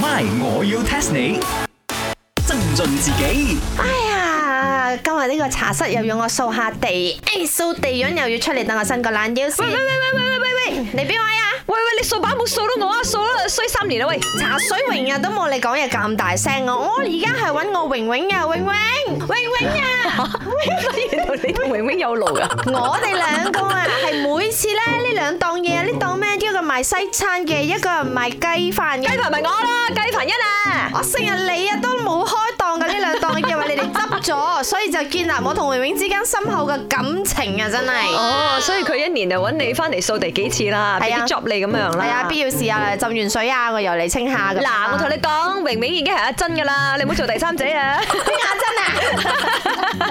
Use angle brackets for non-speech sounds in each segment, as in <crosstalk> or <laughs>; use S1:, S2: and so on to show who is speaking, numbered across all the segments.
S1: My，我要 test 你。增進自己
S2: 哎呀，今日呢個茶室又要我掃下地，哎，掃地樣又要出嚟等我伸個懶腰先
S3: 喂。喂喂喂喂喂喂，
S2: 你邊位啊？
S3: 喂喂，你掃把冇掃到我啊，掃啦衰三年啦喂！
S2: 茶水榮啊，都冇你講嘢咁大聲啊！我而家係揾我榮榮啊，榮榮，榮榮啊！
S3: 原來你同永永有路噶，
S2: 我哋兩個啊，係每次咧呢兩檔嘢，呢檔咩？一個賣西餐嘅，一個係賣雞飯
S3: 雞
S2: 嘅。
S3: 飯咪我啦，雞飯一啊！
S2: 我成日你啊都冇開檔嘅呢兩檔嘢，因為你哋執咗，所以就建立我同榮榮之間深厚嘅感情啊！真係。
S3: 哦，所以佢一年就揾你翻嚟掃地幾次啦，俾
S2: 係啊
S3: 啲 job 你咁樣啦。
S2: 係啊，必要時啊，浸完水啊，我又嚟清下咁。
S3: 嗱，我同你講，榮榮已經係阿珍噶啦，你唔好做第三者啊！
S2: 邊個真啊？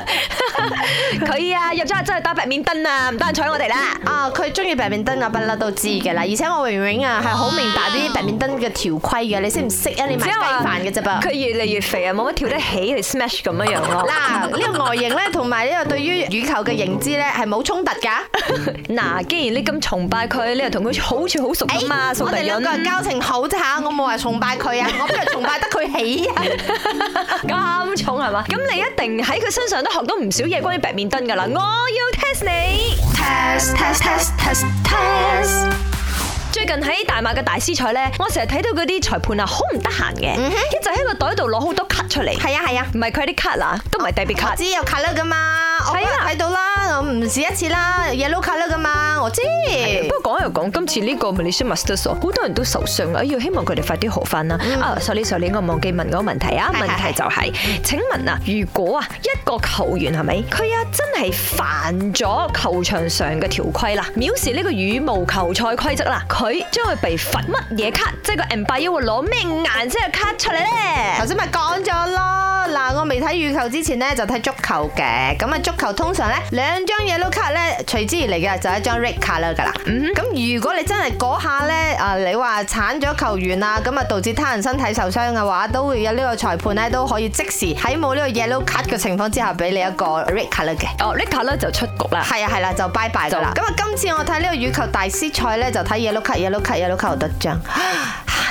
S3: 佢啊入咗阿珍去打白面燈啊，唔得閒睬我哋啦。
S2: <laughs> 啊，佢中意白面燈，我不嬲都知嘅啦。而且我榮榮啊係好明白啲白面燈嘅條規嘅，你識唔識啊？你買雞飯嘅啫噃
S3: 佢。越嚟越肥啊，冇乜跳得起嚟 smash 咁樣樣咯。
S2: 嗱，呢個外形咧，同埋呢個對於羽球嘅認知咧，係冇衝突㗎。
S3: 嗱，既然你咁崇拜佢，你又同佢好似好熟
S2: 哎
S3: 咁嘛，掃
S2: 我哋
S3: 地
S2: 兩個嗯人
S3: 人
S2: 交情好咋嚇，我冇話崇拜佢啊，我邊度崇拜得佢起啊？
S3: 咁重係嘛？咁你一定喺佢身上都學到唔少嘢關於白面燈噶啦。我要 test 你。
S2: <laughs> test test test test test。
S3: 最近喺大馬嘅大師賽咧，我成日睇到嗰啲裁判啊，好唔得閒嘅，一直喺個袋度攞好多 cut 出嚟，
S2: 係啊係啊。
S3: 唔係 credit card 啦，都唔係 debit
S2: 我
S3: card。
S2: 知有卡啦噶嘛，我嗰
S3: 係啊
S2: 日睇到啦，我唔止一次啦，yellow 卡啦噶嘛，我知。
S3: 不過講又講，今次呢個 Malaysia Masters 好多人都受傷啊！哎呀，希望佢哋快啲好翻啦。啊，sorry sorry，我忘記問嗰個問題啊。
S2: 嗯係係
S3: 問題就係、請問啊，如果啊一個球員係咪佢啊真係犯咗球場上嘅條規啦，藐視呢個羽毛球賽規則啦，佢將會被罰乜嘢卡？即係個 umpire 會攞咩顏色嘅卡出嚟咧？
S2: 頭先咪講咗咯，嗱，我未睇羽球之前咧就睇足球嘅，咁啊足球通常咧兩張 yellow 卡咧隨之而嚟嘅就係一張 red 卡啦噶啦，
S3: 嗯
S2: 咁如果你真係嗰下咧啊你話鏟咗球員啊，咁啊導致他人身體受傷嘅話，都會有呢個裁判咧都可以即時喺冇呢個 yellow 卡嘅情況之下俾你一個 red 卡啦嘅。
S3: 哦 r i c a 咧就出局啦。
S2: 係啊係啦，就拜拜噶啦。
S3: 就
S2: 咁啊，今次我睇呢個羽球大師賽咧，就睇 yellow 卡、yellow 卡、yellow 卡得張。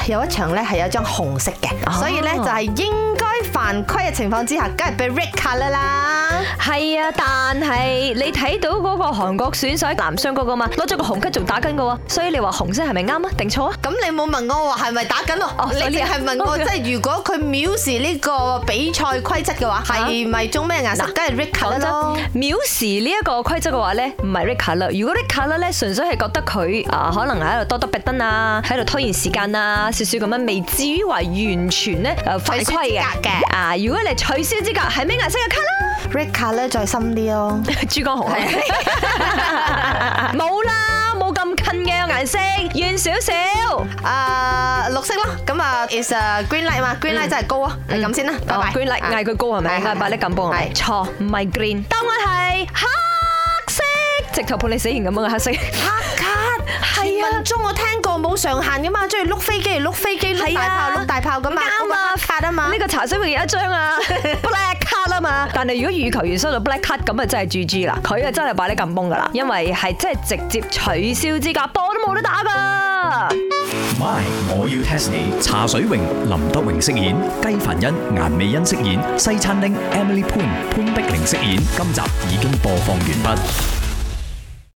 S2: 有一場咧係有一張紅色
S3: 哦
S2: 嘅，所以咧就係應該犯規嘅情況之下，梗係俾 red 卡啦啦。
S3: 係啊，但係你睇到嗰個韓國選手男雙嗰個嘛，攞咗個紅卡仲打緊嘅喎，所以你話紅色係咪啱啊？定錯啊？
S2: 咁你冇問我話係咪打緊咯
S3: 哦？
S2: 你
S3: 所以
S2: 淨係問
S3: <laughs>
S2: 我即係如果佢藐視呢個比賽規則嘅話，係咪中咩顏色？梗係 red 卡
S3: 講
S2: 啦
S3: 真
S2: 咯。，
S3: 藐視呢一個規則嘅話咧，唔係 Rick 啦。如果 Rick 啦咧，純粹係覺得佢啊，可能喺度多得逼燈啊，喺度拖延時間啊，少少咁樣，未至於話完全咧誒犯規
S2: 取
S3: 嘅
S2: 消資格嘅
S3: 啊，如果你取消資格，係咩顏色嘅卡啦？
S2: red 卡咧再深啲咯。
S3: 珠江紅啊， <laughs> 冇啦，冇咁近嘅顏色，遠少少。
S2: 啊，綠色咯，咁啊，is a green light 嘛，green light 真係高啊，係咁先啦，拜拜。
S3: 哦 Ừ. Ờ, green light，嗌佢高係咪？
S2: 係係
S3: 嗌百力咁幫我。
S2: 係
S3: 錯，唔係 green，答案係黑色，直頭判你死刑咁樣嘅啊黑色。
S2: 黑卡係
S3: 啊
S2: 啊，分鐘我聽過冇上限噶嘛，中意碌飛機嚟碌飛機，碌
S3: 係
S2: 大
S3: 啊
S2: 炮碌大炮咁嘛，
S3: 啱啊
S2: 黑卡啊嘛
S3: 呢。個茶水榮有一張
S2: <laughs>
S3: 啊，black card 啊嘛。但係如果羽球員收到 black card 咁啊，真係 GG 啦。佢啊真係百力咁幫噶啦，因為係真係直接取消資格，波都冇得打噶。
S1: ，My，我要 test 你。茶水榮、林德榮飾演，雞凡欣、顏美欣飾演，西餐廳 Emily Poon 潘碧玲飾演。今集已經播放完畢。